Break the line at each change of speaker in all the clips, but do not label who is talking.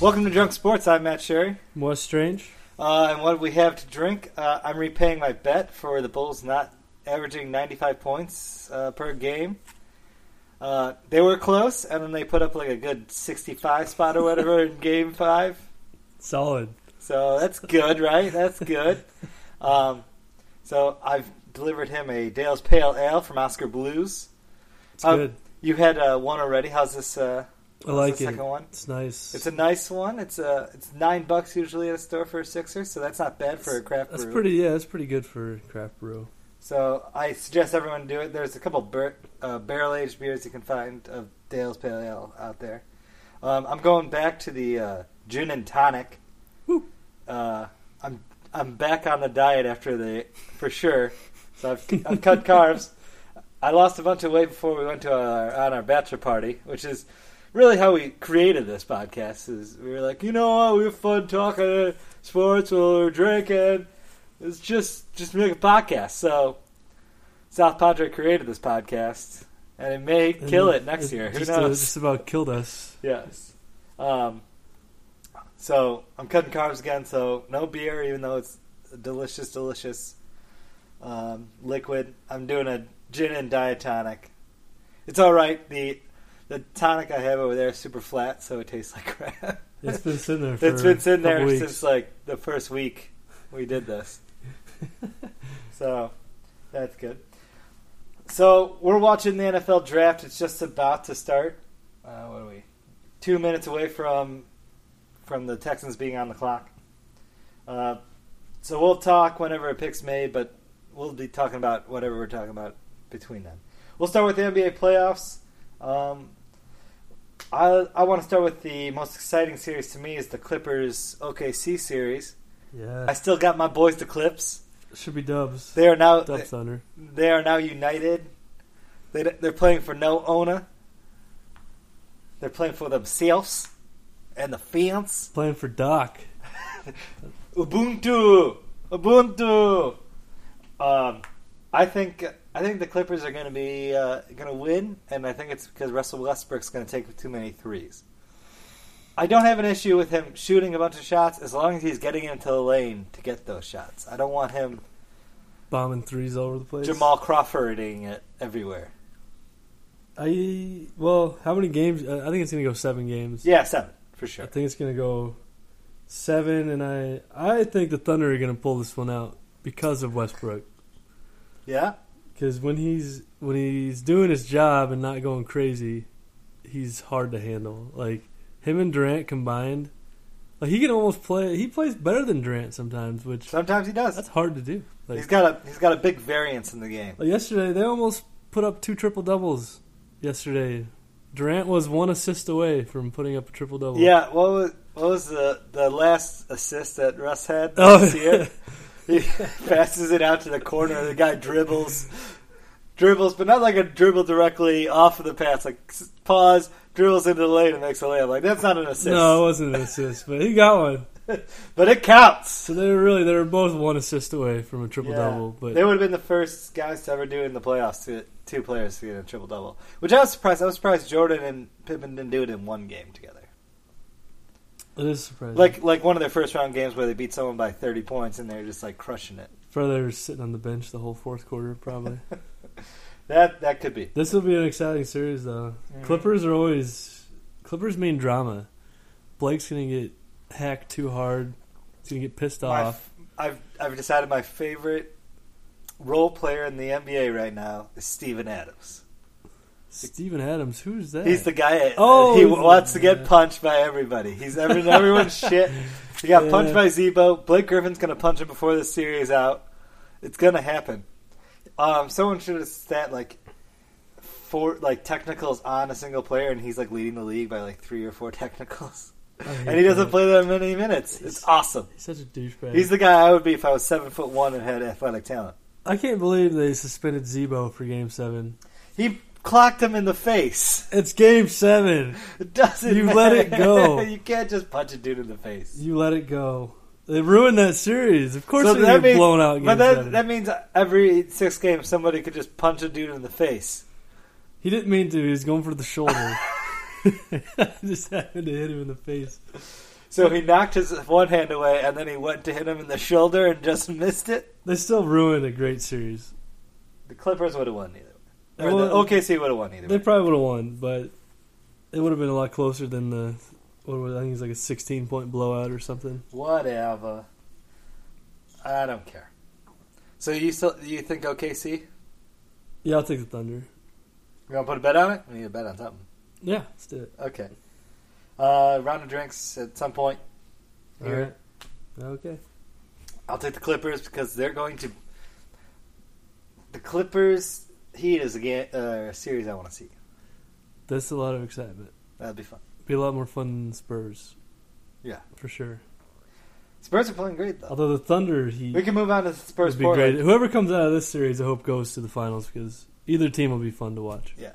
Welcome to Drunk Sports. I'm Matt Sherry.
More strange.
Uh, and what do we have to drink? Uh, I'm repaying my bet for the Bulls not averaging 95 points uh, per game. Uh, they were close, and then they put up like a good 65 spot or whatever in game five.
Solid.
So that's good, right? That's good. Um, so I've delivered him a Dale's Pale Ale from Oscar Blues.
It's
Um,
good.
You had uh, one already. How's this? Uh,
I
how's
like
the
it.
Second one.
It's nice.
It's a nice one. It's uh, it's nine bucks usually at a store for a sixer, so that's not bad for a craft
That's
brew.
pretty. Yeah, that's pretty good for craft brew.
So I suggest everyone do it. There's a couple bar- uh, barrel aged beers you can find of Dale's Pale Ale out there. Um, I'm going back to the uh, gin and tonic.
Woo.
Uh, I'm I'm back on the diet after the for sure. So I've, I've cut carbs. I lost a bunch of weight before we went to our on our bachelor party, which is really how we created this podcast. Is we were like, you know what, we were fun talking sports while we were drinking. It's just just make a podcast. So South Padre created this podcast, and it may
And
kill it next year. Who
just, uh,
knows?
just about killed us.
Yes. Um, so I'm cutting carbs again. So no beer, even though it's a delicious, delicious um, liquid. I'm doing a gin and diet tonic. It's all right. The the tonic I have over there is super flat, so it tastes like crap.
It's been sitting there. For
it's been sitting
a couple
there
weeks.
since like the first week we did this. so that's good. So we're watching the NFL draft. It's just about to start. Uh, what are we? Two minutes away from from the Texans being on the clock. Uh, so we'll talk whenever a pick's made, but we'll be talking about whatever we're talking about between them. We'll start with the NBA playoffs. Um, I I want to start with the most exciting series to me is the Clippers OKC series.
Yeah.
I still got my boys the Clips.
Should be Dubs.
They are now
Dubs Thunder.
they are now united. They they're playing for no owner. They're playing for themselves and the fans.
Playing for Doc.
Ubuntu, Ubuntu. Um, I think I think the Clippers are going to be uh, going to win, and I think it's because Russell Westbrook's going to take too many threes. I don't have an issue with him shooting a bunch of shots as long as he's getting into the lane to get those shots. I don't want him
Bombing threes all over the place.
Jamal Crawfording it everywhere.
I well, how many games? I I think it's gonna go seven games.
Yeah, seven for
I
sure.
think it's gonna go seven, and I I think the Thunder are gonna pull this one out because of Westbrook.
Yeah,
Because when he's when he's doing his job and not going crazy, he's hard to handle. Like him and Durant combined, like he can almost play. He plays better than Durant sometimes, which
sometimes he does.
that's hard to do.
He's
Like,
got a he's got a big variance in the game.
like yesterday, they almost put up two triple doubles. Yesterday, Durant was one assist away from putting up a triple double.
Yeah, what was what was the the last assist that Russ had
Oh.
this year? he passes it out to the corner. The guy dribbles, dribbles, but not like a dribble directly off of the pass. Like s- pause, dribbles into the lane and makes a layup. Like that's not an assist,
No, it wasn't an assist, but he got one.
but it counts.
So they were really they were both one assist away from a triple double.
Yeah.
But
they would have been the first guys to ever do it in the playoffs to two players to get a triple double. Which I was surprised. I was surprised Jordan and Pippen didn't do it in one game together.
it is surprising.
Like like one of their first round games where they beat someone by thirty points and they're just like crushing it.
Probably they were sitting on the bench the whole fourth quarter, probably.
That that could be.
This will be an exciting series, though. Clippers are always Clippers mean drama. Blake's gonna get hacked too hard. He's gonna get pissed
My
off.
I've I've decided my favorite role player in the NBA right now is Steven Adams.
Steven Adams, who's that?
He's the guy. That,
Oh,
he
he's-
wants to
yeah.
get punched by everybody. He's every, everyone's shit. He got
Yeah.
punched by Zebo. Blake Griffin's gonna punch him before the series out. It's gonna happen. Um, someone should have stat like four like technicals on a single player, and he's like leading the league by like three or four technicals,
I hate
and he doesn't
that.
play that many minutes. It's awesome.
He's such a douchebag.
He's the guy I would be if I was seven foot one and had athletic talent.
I can't believe they suspended Zebo for Game Seven.
He clocked him in the face.
It's Game Seven.
It doesn't.
You let it
matter.
go.
you can't just punch a dude in the face.
You let it go. They ruined that series. Of course,
So
they're gonna
that
get
means-
blown out. in Game
But that,
Seven.
that means every six games somebody could just punch a dude in the face.
He didn't mean to. He was going for the shoulder. I just happened to hit him in the face.
So he knocked his one hand away, and then he went to hit him in the shoulder and just missed it.
They still ruined a great series.
The Clippers would have won either. Way. Or
Well,
the OKC would have won either.
They
way.
probably would have won, but it would have been a lot closer than the. What was, I think it was like a 16 point blowout or something.
Whatever. I don't care. So you still you think OKC?
Yeah, I'll take the Thunder.
We gonna put a bet on it? We need a bet on something.
Yeah, let's do it.
Okay. Uh, round of drinks at some point. Here.
All right. Okay.
I'll take the Clippers because they're going to. The Clippers Heat is a ga- uh, a series I want to see.
That's a lot of excitement.
That'd be fun.
Be a lot more fun than Spurs.
Yeah.
For sure.
Spurs are playing great though.
Although the Thunder, he
We can move on to the Spurs
would be
Portland.
great. Whoever comes out of this series, I hope goes to the finals because either team will be fun to watch.
Yeah,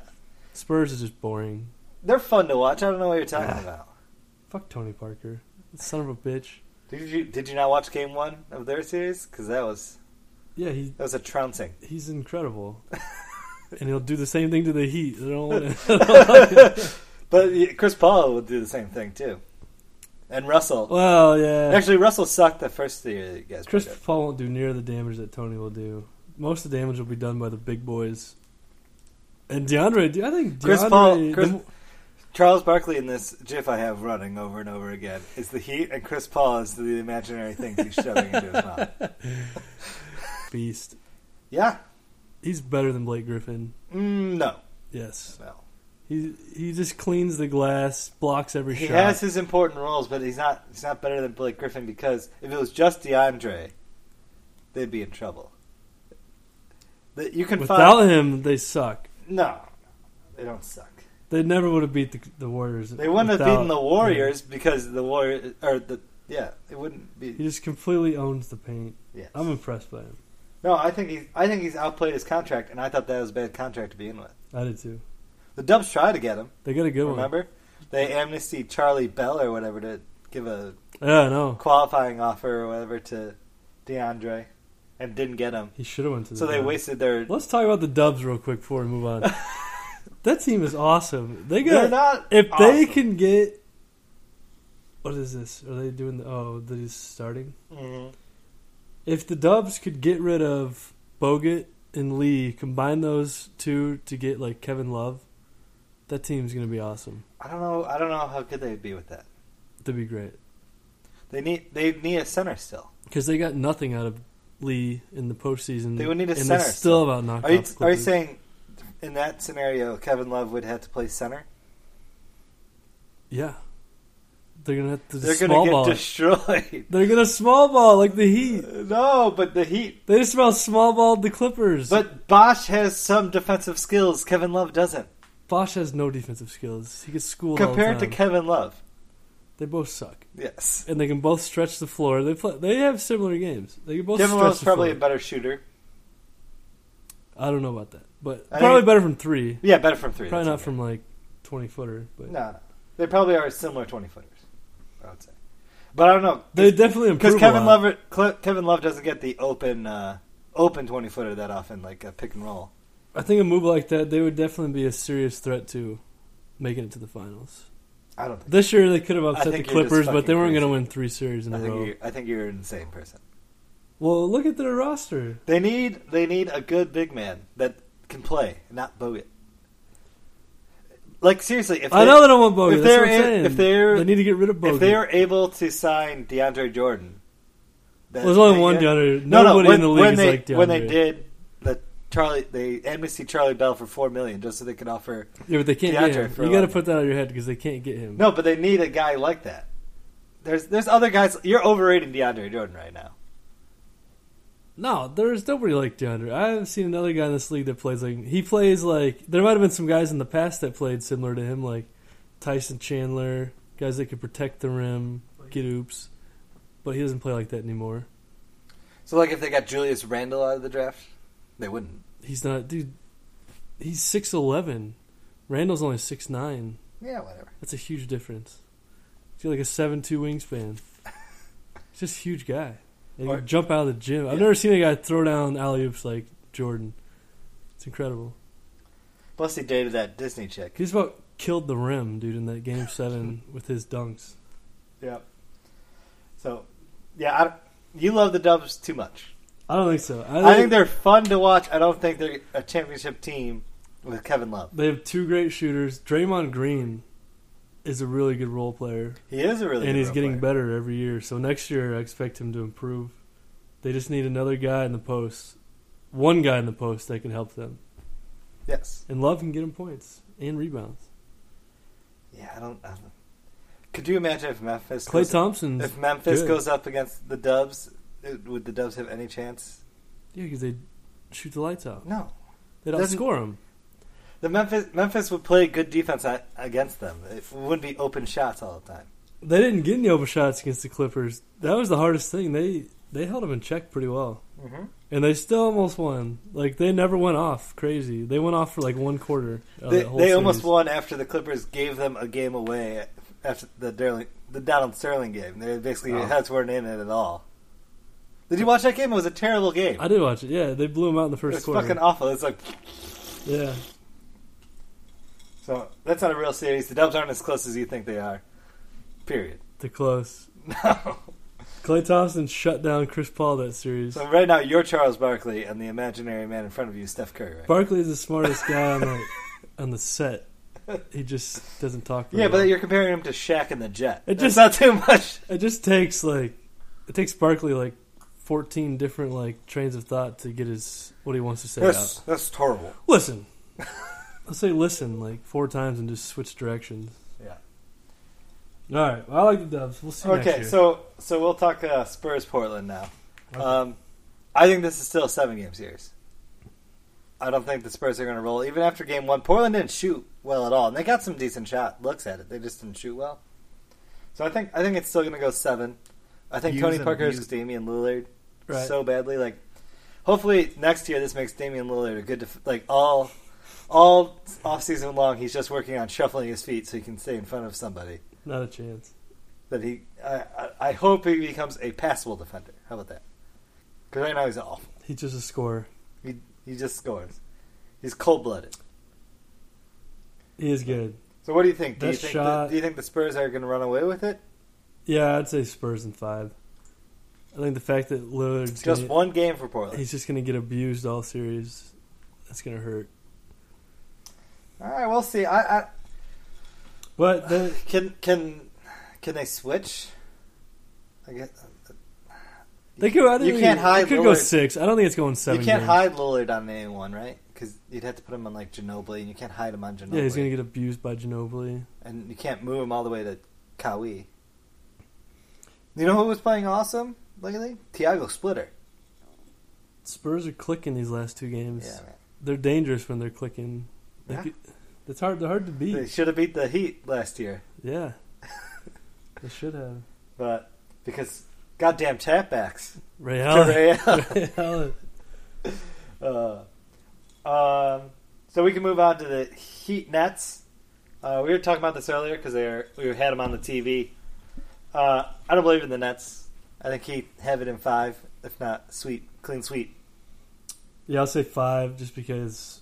Spurs is just boring.
they're fun to watch. I don't know what you're talking
Yeah.
about.
Fuck Tony Parker, son of a bitch.
Did you did you not watch Game One of their series? Because that was
Yeah, he
that was a trouncing.
he's incredible, and he'll do the same thing to the Heat. I don't wanna-
But yeah, Chris Paul will do the same thing too, and Russell.
well, yeah.
Actually, Russell sucked the first year that you guys.
Chris
played him.
Paul won't do near the damage that Tony will do. Most of the damage will be done by the big boys. And DeAndre, dude, I think DeAndre,
Chris Paul-
the
Chris-
mo-
Charles Barkley in this GIF I have running over and over again is the Heat, and Chris Paul is the imaginary things he's shoving into his mouth.
beast.
Yeah.
He's better than Blake Griffin.
Mm, no.
Yes,
No.
he he just cleans the glass, blocks every
He
shot.
has his important roles, but he's not he's not better than Blake Griffin because if it was just DeAndre, they'd be in trouble. That you can
Without
find
him, they suck.
no, they don't suck.
They never would have beat the, the Warriors.
They wouldn't have
without-
beaten the Warriors because the Warriors or the yeah, it wouldn't
He
be.
just completely owns the paint.
Yes.
I'm impressed by him.
No, I think he's I think he's outplayed his contract, and I thought that was a bad contract to begin with.
I did too.
The Dubs tried to get him.
They got a good
remember, they amnesty Charlie Bell or whatever to give a
one. Yeah, I know.
qualifying offer or whatever to DeAndre, and didn't get him.
He should have went to the
So they
Dubs.
wasted their.
Let's talk about the Dubs real quick before we move on. that team is awesome. They
They're
got
not.
if they
awesome.
can get what is this? Are they doing the oh that is starting?
Mhm.
If the Dubs could get rid of Bogut and Lee, combine those two to get like Kevin Love, that team's gonna be awesome.
I don't know. I don't know how good they'd be with that.
That'd be great.
They need. They need a center still.
Because they got nothing out of Lee in the postseason.
They would need a
and
center,
They're still
so-
about knocked
Are you?
off the
Are you
Clippers.
saying, in that scenario, Kevin Love would have to play center?
Yeah, they're gonna have to
They're
just
going
small
to
ball.
get
it.
destroyed.
they're gonna small ball like the Heat.
No, but the Heat.
They just about small balled the Clippers.
But Bosch has some defensive skills. Kevin Love doesn't.
Bosch has no defensive skills. He gets schooled
Compared
all the
to
time.
Kevin Love,
they both suck,
yes.
and they can both stretch the floor. They play. They have similar games. They can both
Kevin
stretch
Love's
the
probably a
floor.
better shooter.
I don't know about that, but
I
probably
think-
better from three.
Yeah, better from three.
Probably not
that's okay.
from like twenty footer, but
No, no. They probably are similar 20 footers, I would say. But I don't know.
they definitely
Because
improve. a
Kevin,
lot.
Love Cle- Kevin Love doesn't get the open uh, open 20 footer that often, like a pick and roll.
I think a move like that, they would definitely be a serious threat to making it to the finals.
I don't think.
This year they could have
I
upset the
think you're just
Clippers, but
fucking
they weren't
crazy.
going to win three series in
I
a
think,
row.
you're, I think you're an insane person.
Well, look at their roster.
They need they need a good big man that can play, not Bogut. Like seriously, if they,
I know they don't want Bogut.
if
That's
they're
what I'm
in-
saying.
if they're-
they need to get rid of Bogut.
if they are able to sign DeAndre Jordan, that-
Well, there's only
they
one
get-
DeAndre.
No, no.
Nobody
When,
in the league
when
is
they
like DeAndre.
when they did the Charlie, they amnesty Charlie Bell for four million just so they could offer.
yeah, but they can't
DeAndre
get him.
for
You got to
eleven.
put that out of your head because they can't get him.
No, but they need a guy like that. There's there's other guys. You're overrating DeAndre Jordan right now.
no, there's nobody like DeAndre. I haven't seen another guy in this league that plays like he plays like. There might have been some guys in the past that played similar to him, like Tyson Chandler, guys that could protect the rim, get oops, but he doesn't play like that anymore.
So like if they got Julius Randle out of the draft, they wouldn't.
He's not, dude. He's six eleven. Randall's only six nine.
Yeah, whatever.
That's a huge difference. He's got like a seven two wingspan. He's just a huge guy. And he
Or-
can jump out of the gym. I've
Yeah.
never seen a guy throw down alley oops like Jordan. It's incredible.
Plus he dated that Disney chick.
He's about killed the rim, dude, in that game seven with his dunks.
Yeah. So, yeah, I, you love the Dubs too much.
I don't think so. I think,
I think they're fun to watch. I don't think they're a championship team with Kevin Love.
they have two great shooters. Draymond Green is a really good role player,
He is a really
and
good
he's
role
getting
player.
better every year. So next year, I expect him to improve. They just need another guy in the post, one guy in the post that can help them,
Yes.
and Love can get him points and rebounds.
Yeah, I don't. I don't could you imagine if Memphis
Clay
goes,
Thompson's
if Memphis
good.
goes up against the Dubs? it- would the Dubs have any chance?
yeah, because they shoot the lights out.
No.
They don't
Doesn't-
score him.
The Memphis Memphis would play good defense a- against them. It wouldn't be open shots all the time.
They didn't get any open shots against the Clippers. That was the hardest thing. They they held him in check pretty well,
Mm-hmm.
and they still almost won. Like they never went off. Crazy. They went off for like one quarter. Of
They,
that whole
they almost
series.
won after the Clippers gave them a game away after the Derling, the Donald Sterling game. They basically
Oh.
heads weren't in it at all. Did you watch that game? It was a terrible game.
I did watch it. Yeah, they blew him out in the
It
first
was
quarter.
fucking awful. It's like
Yeah,
so that's not a real series. The Dubs aren't as close as you think they are. Period.
they're close.
No.
Clay Thompson shut down Chris Paul that series.
So right now you're Charles Barkley and the imaginary man in front of you is Steph Curry. Right?
Barkley is the smartest guy on the on the set. He just doesn't talk. very
yeah,
well.
but you're comparing him to Shaq and the Jet.
It
It's
just-
just not too much.
It just takes like it takes Barkley like fourteen different like trains of thought to get his what he wants to say out.
that's terrible.
Listen. Let's say listen like four times and just switch directions.
Yeah.
All right. Well, I like the Dubs. We'll see. next
Okay,
year.
so so we'll talk uh, Spurs Portland now.
Okay.
Um, I think this is still a seven game series. I don't think the Spurs are going to roll even after game one. Portland didn't shoot well at all, and they got some decent shot looks at it. They just didn't shoot well. So I think I think it's still going to go seven. I think
Use
Tony
and
Parker
abuse.
is Damian Lillard
Right.
so badly. Like, hopefully next year this makes Damian Lillard a good def- like all all off season long. He's just working on shuffling his feet so he can stay in front of somebody
not a chance.
that he. I, I, I hope he becomes a passable defender. How about that? Because right now he's awful.
He's just a scorer.
He he just scores. He's cold blooded.
He is good.
So what do you think? Do you
That
think
shot-
the, do you think the Spurs are going to run away with it?
Yeah, I'd say Spurs in five. I think the fact that Lillard's
Just
gonna,
one game for Portland.
he's just going to get abused all series. That's going to hurt.
All right, we'll see. I, I
But then,
can can can they switch? I guess
they could. I think
You
we-
can't hide
It could go
Lillard.
six. I don't think it's going
you
seven.
can't
games.
hide Lillard on anyone, right? Because you'd have to put him on like Ginobili, and you can't hide him on Ginobili,
Yeah, he's going to get abused by Ginobili.
and you can't move him all the way to Kawhi. You know who was playing awesome lately? Tiago Splitter.
Spurs are clicking these last two games.
Yeah, man.
They're dangerous when they're clicking. They
Yeah.
could- it's hard. They're hard to beat.
They should have beat the Heat last year,
yeah, they should have.
but because goddamn tapbacks.
Ray Allen.
Ray Allen.
Ray Allen.
Uh, um, so we can move on to the Heat Nets. Uh, we were talking about this earlier because we had them on the TV. Uh, I don't believe in the Nets. I think Heat have it in five, if not sweet, clean sweep.
Yeah, I'll say five just because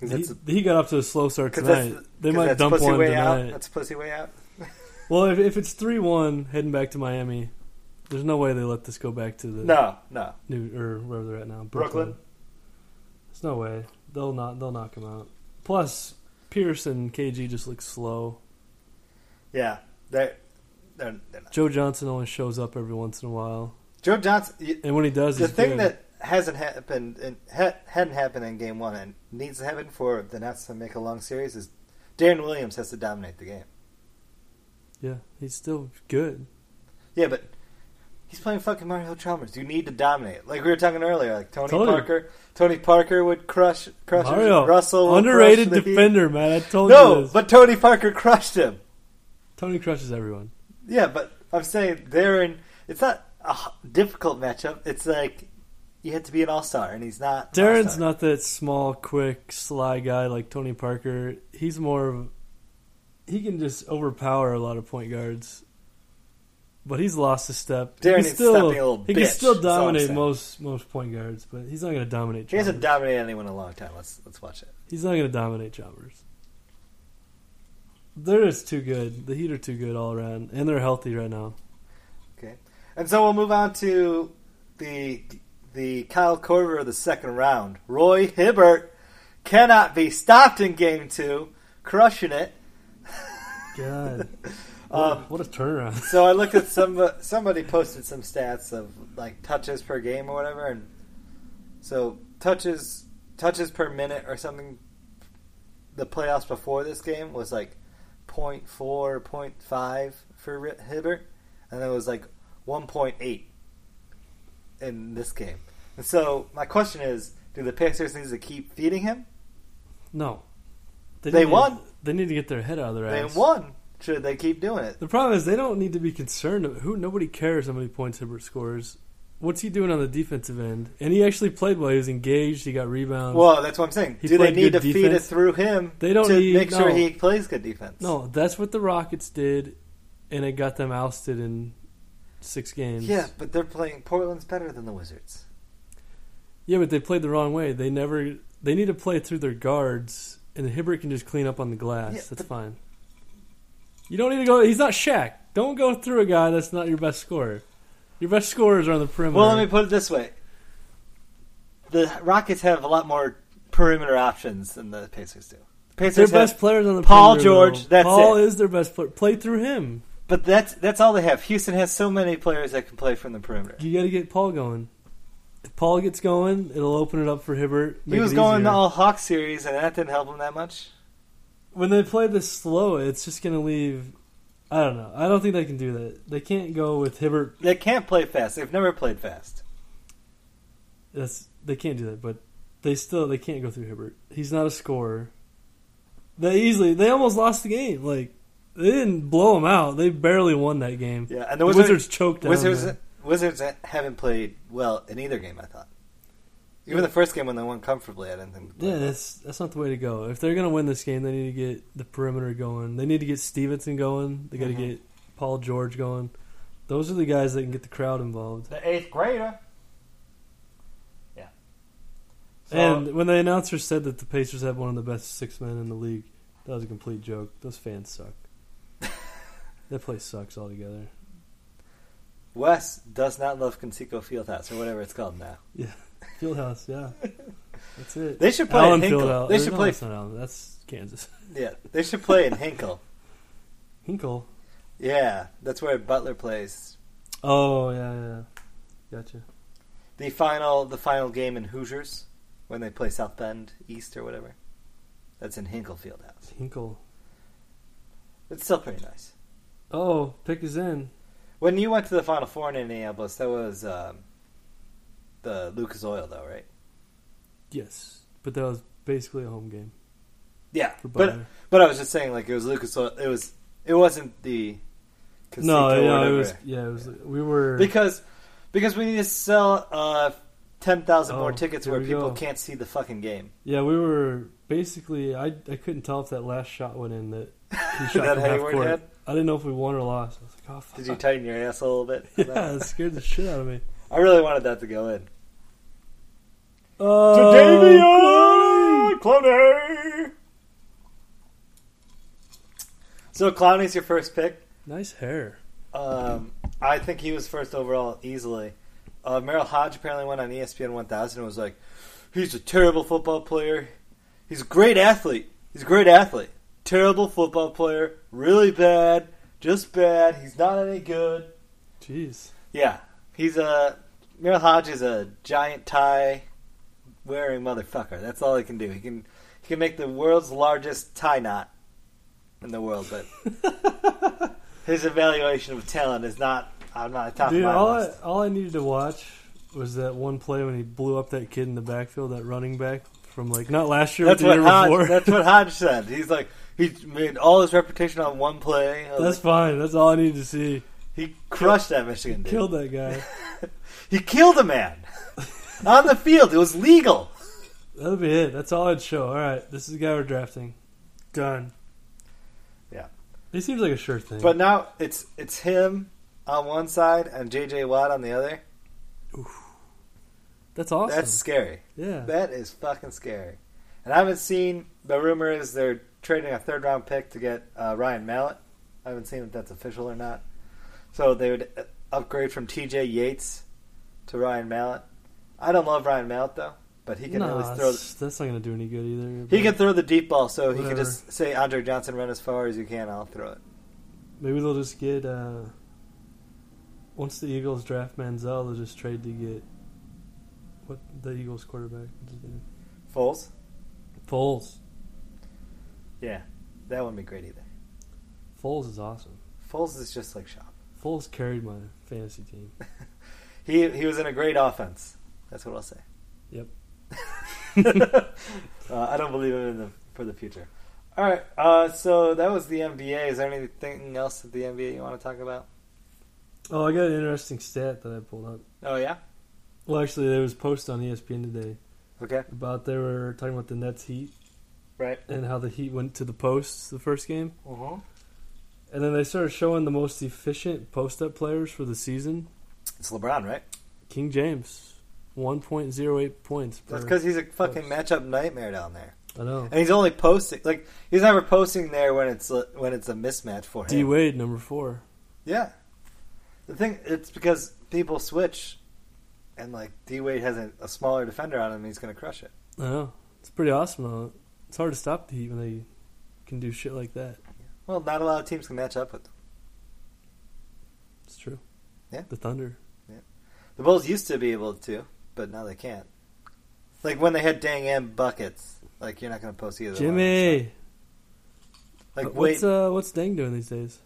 'Cause
he,
that's a-
he got off to a slow start
'cause that's
tonight.
the-
They
'cause
might
that's
dump
pussy
one
way
tonight.
out. That's pussy way out.
Well, if, if it's three one heading back to Miami, there's no way they let this go back to the
No, no.
new or wherever they're at now, Brooklyn.
Brooklyn.
There's no way they'll not they'll knock him out. Plus, Pierce and KG just look slow.
Yeah, they're they're, they're not.
Joe Johnson only shows up every once in a while,
Joe Johnson. You,
and when he does,
the
he's
thing
good.
that hasn't happened and ha- hadn't happened in game one and needs to happen for the Nets to make a long series is Darren Williams has to dominate the game.
yeah, he's still good.
Yeah, but he's playing fucking Mario Chalmers. You need to dominate. Like we were talking earlier, like Tony
Totally.
Parker. Tony Parker would crush crush him.
Mario,
Russell would
underrated
crush the Heat.
defender, man. I told you
No,
this.
but Tony Parker crushed him.
Tony crushes everyone.
Yeah, but I'm saying they're in. It's not a h- difficult matchup. It's like you have to be an all star, and he's not. an
Darren's
all-star.
not that small, quick, sly guy like Tony Parker. He's more of he can just overpower a lot of point guards. But he's lost a step.
Darren
he's
is stepping a little
he can
bitch,
still
that's all I'm
dominate
saying.
most most point guards, but he's not going to dominate.
He hasn't
Chalmers.
dominated anyone in a long time. Let's let's watch it.
he's not going to dominate Chalmers. They're just too good. The Heat are too good all around, and they're healthy right now.
Okay. And so we'll move on to the the Kyle Corver of the second round. Roy Hibbert cannot be stopped in game two, crushing it.
God, what,
Um,
what a turnaround!
So I looked at some uh, somebody posted some stats of like touches per game or whatever, and so touches touches per minute or something. The playoffs before this game was like 0.4, 0.5 for Ri- Hibbert, and it was like 1.8 in this game. And so my question is, do the Pacers need to keep feeding him?
No,
They
need to-
won.
they need to get their head out of their
They
ass.
won. Should they keep doing it?
The problem is they don't need to be concerned. About who nobody cares how many points Hibbert scores. What's he doing on the defensive end? And he actually played well. He was engaged. He got rebounds.
Well, that's what I'm saying.
He
Do they
played
need to
good
feed it
defense.
through him
They don't
to
need-
make sure
no.
he plays good defense?
no, that's what the Rockets did, and it got them ousted in six games.
Yeah, but they're playing. Portland's better than the Wizards.
Yeah, but they played the wrong way. They never. They need to play through their guards, and Hibbert can just clean up on the glass.
Yeah,
that's
but-
fine. You don't need to go. He's not Shaq. Don't go through a guy that's not your best scorer. Your best scorers are on the perimeter.
Well, let me put it this way: the Rockets have a lot more perimeter options than the Pacers do.
their
Pacers have,
best players on the
Paul
perimeter,
George,
though.
that's
Paul
it.
is their best player. Play through him.
but that's that's all they have. Houston has so many players that can play from the perimeter.
You got to get Paul going. If Paul gets going, it'll open it up for Hibbert.
He
make
was
it
going
easier.
the All Hawks series, and that didn't help him that much.
when they play this slow. It's just going to leave. I don't know. I don't think they can do that. They can't go with Hibbert
They can't play fast. They've never played fast.
That's they can't do that, but they still they can't go through Hibbert. He's not a scorer. They easily they almost lost the game. Like they didn't blow him out. They barely won that game.
Yeah, and
The
the
Wizards,
Wizards,
choked down.
Wizards,
the-
Wizards haven't played well in either game. I thought. Even the first game when they won comfortably, I didn't think. they
yeah,
played well.
that's that's not the way to go. If they're gonna win this game, they need to get the perimeter going. They need to get Stevenson going. They got to
Mhm.
get Paul George going. Those are the guys that can get the crowd involved.
The eighth grader. Yeah. So,
and when the announcer said that the Pacers have one of the best six men in the league, that was a complete joke. Those fans suck. that place sucks altogether.
Wes does not love Conseco Fieldhouse or whatever it's called now.
Fieldhouse, yeah, that's it.
They should play
Allen
in Hinkle.
Fieldhouse.
They
Or
should
no,
play.
That's not Allen. That's Kansas.
Yeah, they should play in Hinkle.
Hinkle.
Yeah, that's where Butler plays.
Oh yeah, yeah, yeah. Gotcha.
The final, the final game in Hoosiers when they play South Bend East or whatever. That's in Hinkle Fieldhouse.
Hinkle.
It's still pretty nice.
Oh, pick is in.
When you went to the Final Four in Indianapolis, that was um, the Lucas Oil, though, right?
Yes, but that was basically a home game
Yeah,
for
but
Butler.
But I was just saying, like it was Lucas. Oil. It was. It wasn't the.
no,
Conseco or
no, it
whatever.
was. Yeah, it was. We were.
because because we need to sell uh, ten thousand more
Oh,
tickets
here
where
we
people
go.
can't see the fucking game.
yeah, we were basically. I I couldn't tell if that last shot went in that he shot
that
from half
Hayward
court.
had?
I didn't know if we won or lost. I was like, oh fuck.
Did you tighten your ass a little bit?
yeah, it scared the shit out of me.
I really wanted that to go in.
Oh,
Davion Clowney. So Clowney's your first pick.
Nice hair.
Um, I think he was first overall easily. Uh, Merrill Hodge apparently went on E ESPN 1000 and was like, "He's a terrible football player. He's a great athlete. He's a great athlete. Terrible football player. Really bad. Just bad. He's not any good."
Jeez.
Yeah, he's a Merrill Hodge is a giant tie wearing motherfucker. That's all he can do. He can he can make the world's largest tie knot in the world, but his evaluation of talent is not. I'm not top
Dude,
of my
all I,
list.
all I needed to watch was that one play when he blew up that kid in the backfield, that running back from like not last year,
That's
but the
what
year before.
Hodge. That's what Hodge said. He's like he made all his reputation on one play. I was
That's
like,
fine. That's all I needed to see.
he crushed that Michigan dude.
Killed that guy.
he killed a man on the field. It was legal.
That'll be it. That's all I'd show. All right, this is the guy we're drafting. Done.
Yeah.
He seems like a sure thing.
But now it's it's him on one side and JJ Watt on the other.
that's awesome.
That's scary.
yeah.
That is fucking scary. And I haven't seen the rumor is they're trading a third round pick to get uh, Ryan Mallett. I haven't seen if that's official or not. So they would upgrade from T.J. Yates to Ryan Mallett. I don't love Ryan Mallett though, but he can
Nah,
at least throw.
that's, that's not going to do any good either.
He
but
can throw the deep ball, so he can
Whatever.
just say Andre Johnson, run as far as you can. I'll throw it.
Maybe they'll just get. Uh, once the Eagles draft Manziel, they'll just trade to get what the Eagles quarterback What's his name?
Foles.
Foles.
Yeah, that wouldn't be great either.
Foles is awesome.
Foles is just like Shop.
Foles carried my fantasy team.
He he was in a great offense. That's what I'll say.
Yep.
uh, I don't believe him in the, for the future. All right. Uh, so that was the NBA. Is there anything else at the NBA you want to talk about?
Oh, I got an interesting stat that I pulled up.
Oh yeah.
Well, actually, there was a post on E ESPN today
Okay.
about they were talking about the Nets Heat
Right.
and how the Heat went to the posts the first game,
Uh-huh.
and then they started showing the most efficient post up players for the season.
It's LeBron, right?
King James, one point zero eight points. Per,
That's because he's a fucking
Post.
matchup nightmare down there,
I know.
and he's only posting like he's never posting there when it's when it's a mismatch for him.
D Wade number four.
Yeah. The thing it's because people switch and like D Wade has a, a smaller defender on him, he's gonna crush it.
I know. It's pretty awesome. Though. It's hard to stop the Heat when they can do shit like that.
Well, not a lot of teams can match up with them.
It's true.
Yeah.
The Thunder.
The Bulls used to be able to, but now they can't. Like when they had Dang and buckets, like you're not gonna post either. one,
Jimmy.
so- Like wait,
what's uh, what's Dang doing these days?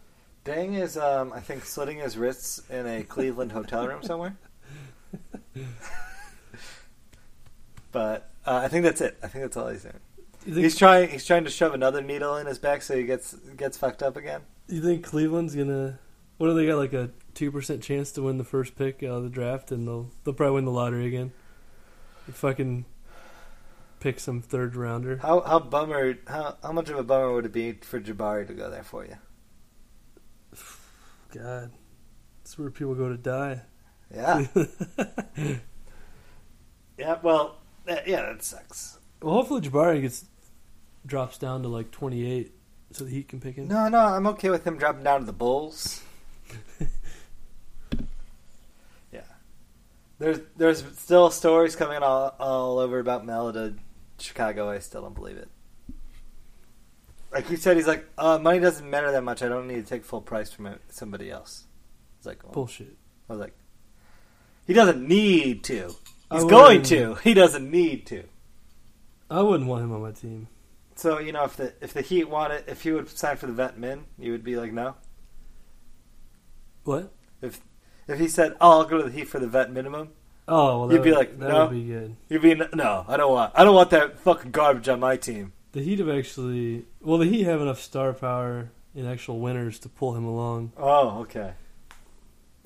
Dang is um I think slitting his wrists in a Cleveland hotel room somewhere. but uh, I think that's it. I think that's all he's doing.
You think,
He's trying. He's trying to shove another needle in his back so he gets gets fucked up again.
you think Cleveland's gonna? What do they got? Like a two percent chance to win the first pick out of the draft, and they'll they'll probably win the lottery again. They fucking pick some third rounder.
How how bummer? How how much of a bummer would it be for Jabari to go there for you?
God, that's where people go to die.
Yeah. yeah. Well. that- yeah. That sucks.
Well, hopefully Jabari gets drops down to like 28, so the Heat can pick him.
No, no. I'm okay with him dropping down to the Bulls. yeah. There's there's still stories coming all all over about Melo to Chicago. I still don't believe it. Like he said, he's like, uh, money doesn't matter that much. I don't need to take full price from it- somebody else. It's like, well,
Bullshit.
I was like, he doesn't need to.
I
He's
wouldn't-
going to. He doesn't need to.
I wouldn't want him on my team.
So you know, if the if the Heat wanted, if he would sign for the vet min, you would be like, no.
What?
If if he said, oh, I'll go to the Heat for the vet minimum,
Oh, well, that
You'd be
would-
like,
that
no.
would be good.
you'd be "N- no. I don't want. I don't want that fucking garbage on my team.
The Heat have actually, well, the Heat have enough star power and actual winners to pull him along.
Oh, okay.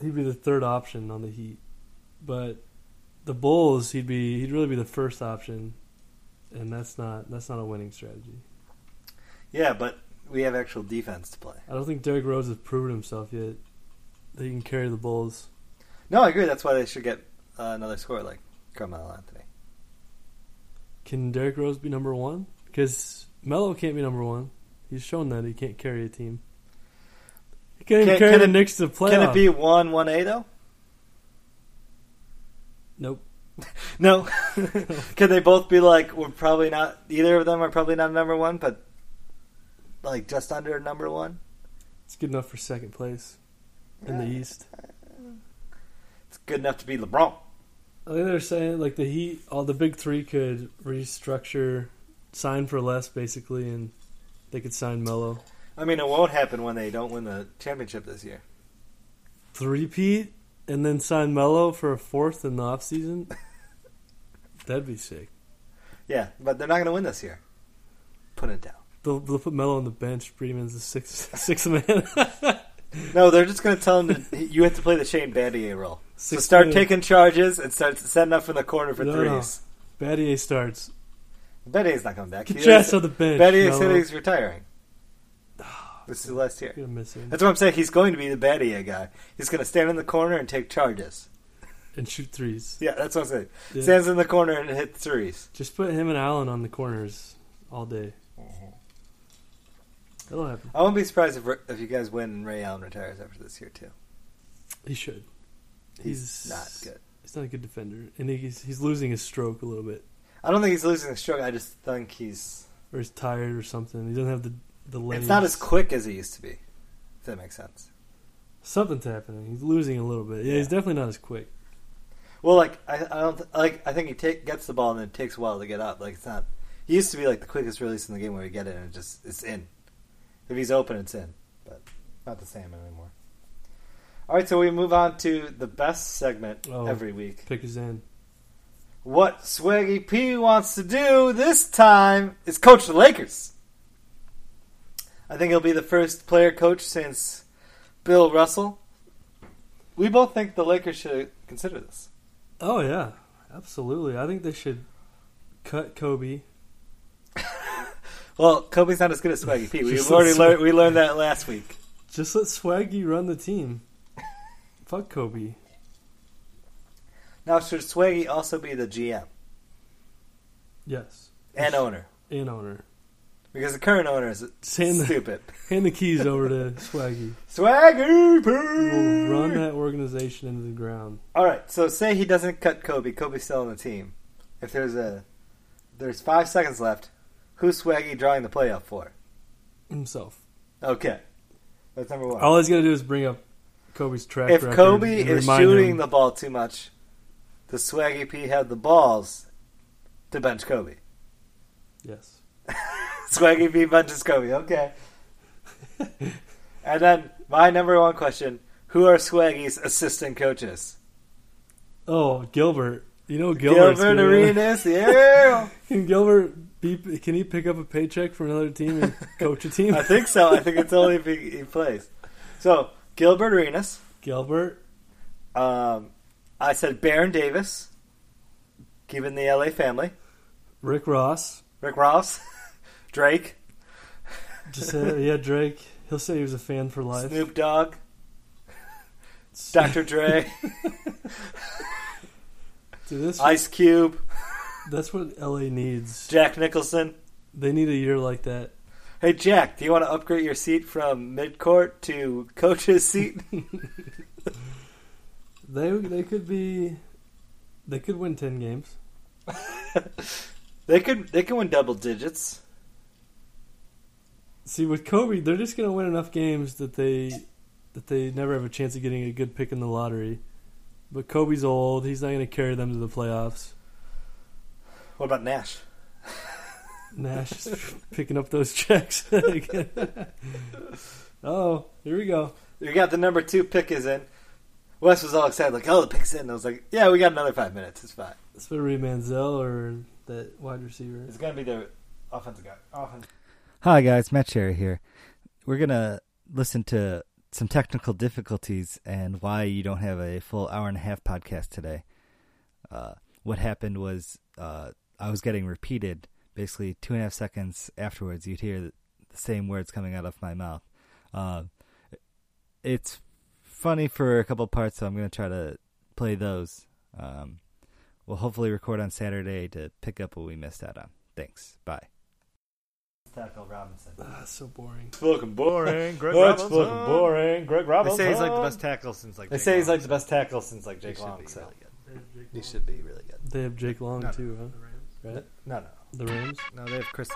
He'd be the third option on the Heat, but the Bulls, he'd be, he'd really be the first option, and that's not, that's not a winning strategy.
Yeah, but we have actual defense to play.
I don't think Derrick Rose has proven himself yet that he can carry the Bulls.
No, I agree. That's why they should get uh, another scorer like Carmelo Anthony.
Can Derrick Rose be number one? Because Melo can't be number one. He's shown that he can't carry a team. He can't even
Can-
carry
can
the
it-
Knicks to the playoff.
Can it be one one a though?
Nope.
No. Can they both be like we're probably not either of them are probably not number one, but like just under number one?
It's good enough for second place in the
Yeah.
East.
It's good enough to be LeBron.
I think they're saying like the Heat, all the big three could restructure, sign for less basically, and they could sign Melo.
I mean, it won't happen when they don't win the championship this year.
Three Pete, and then sign Melo for a fourth in the offseason? That'd be sick.
Yeah, but they're not going to win this year. Put it down.
They'll, they'll put Melo on the bench. Breedman's the sixth sixth man.
No, they're just going to tell him that he- you have to play the Shane Battier role. So
Six
start
man.
taking charges and start setting up in the corner for
No, no.
threes.
Battier starts.
Battier's not coming back.
Get
He
your ass
said-
on the bench.
Battier
Melo.
said he's retiring. This is last year.
You're gonna miss him.
That's what I'm saying. He's going to be the Battier guy. He's going to stand in the corner and take charges.
And shoot threes.
Yeah, that's what I'm saying.
Yeah.
Stands in the corner and hit threes.
Just put him and Allen on the corners all day. That'll happen.
I won't be surprised if if you guys win and Ray Allen retires after this year too.
He should.
He's,
He's
not good.
He's not a good defender, and he's he's losing his stroke a little bit,
I don't think he's losing the stroke. I just think he's.
or he's tired or something. He doesn't have the the legs.
It's not as quick as he used to be. If that makes sense.
Something's happening. He's losing a little bit. Yeah, he's
Yeah.
definitely not as quick.
Well, like I, I don't th- like. I think he take, gets the ball and then it takes a while to get up. Like it's not. He used to be like the quickest release in the game where you get it and it just it's in. If he's open, it's in. But not the same anymore. All right, so we move on to the best segment
Oh.
every week.
Pick his end.
What Swaggy P wants to do this time is coach the Lakers. I think he'll be the first player coach since Bill Russell. We both think the Lakers should consider this.
Oh yeah, absolutely. I think they should cut Kobe.
Well, Kobe's not as good as Swaggy P. We've
Just
already
let
learned
Swag-
we learned that last week.
Just let Swaggy run the team. Fuck Kobe.
Now, should Swaggy also be the GM
Yes,
and owner?
in owner.
Because the current owner is
Send the-
stupid.
Hand the keys over to Swaggy.
Swaggy P.
We'll run that organization into the ground.
All right. So say he doesn't cut Kobe. Kobe's still on the team. If there's a there's five seconds left, who's Swaggy drawing the play up for?
Himself.
Okay, that's number one.
All he's gonna do is bring up Kobe's track
if
record.
Kobe
and
is
remind
shooting
him-
the ball too much, does Swaggy P have the balls to bench Kobe?
yes,
Swaggy P benches Kobe. Okay. and then my number one question: Who are Swaggy's assistant coaches?
oh Gilbert, you know
Gilbert,
Gilbert's
Gilbert
gonna-
Arenas. Yeah.
Can Gilbert be? Can he pick up a paycheck from another team and coach a team?
I think so. I think it's only if he, he plays. So Gilbert Arenas.
Gilbert.
Um, I said Baron Davis, given the LA family.
Rick Ross.
Rick Ross, Drake,
Just say, yeah, Drake. He'll say he was a fan for life.
Snoop Dogg, Dr. Dre,
Dude, this,
Ice Cube,
that's what LA needs.
Jack Nicholson.
They need a year like that.
Hey Jack, do you want to upgrade your seat from mid court to coach's seat?
They they could be. They could win ten games.
they could they can win double digits.
See, with Kobe, they're just gonna win enough games that they that they never have a chance of getting a good pick in the lottery. But Kobe's old; he's not gonna carry them to the playoffs.
What about Nash?
Nash is picking up those checks. oh, here we go.
We got the number two pick is in. Wes was all excited, like, oh, the pick's in. I was like, yeah, we got another five minutes. It's fine.
It's better be Manziel or that wide receiver.
It's going to be the offensive guy. Offense. Hi, guys. Matt Cherry here.
We're going to listen to some technical difficulties and why you don't have a full hour and a half podcast today. Uh, what happened was uh, I was getting repeated. Basically, two and a half seconds afterwards, you'd hear the same words coming out of my mouth. Uh, it's funny for a couple parts, so I'm going to try to play those. Um, we'll hopefully record on Saturday to pick up what we missed out on. Thanks. Bye.
Tackle Robinson.
Ah, so boring.
Looking boring. Greg
That's
Robinson.
looking
boring. Greg Robinson.
tackle since like. They
Jake
say he's
Long,
like the best tackle since like Jake Long. So he should be really good.
They have Jake Long
No, no.
too, huh?
No, no.
The Rams.
No, they have Chris.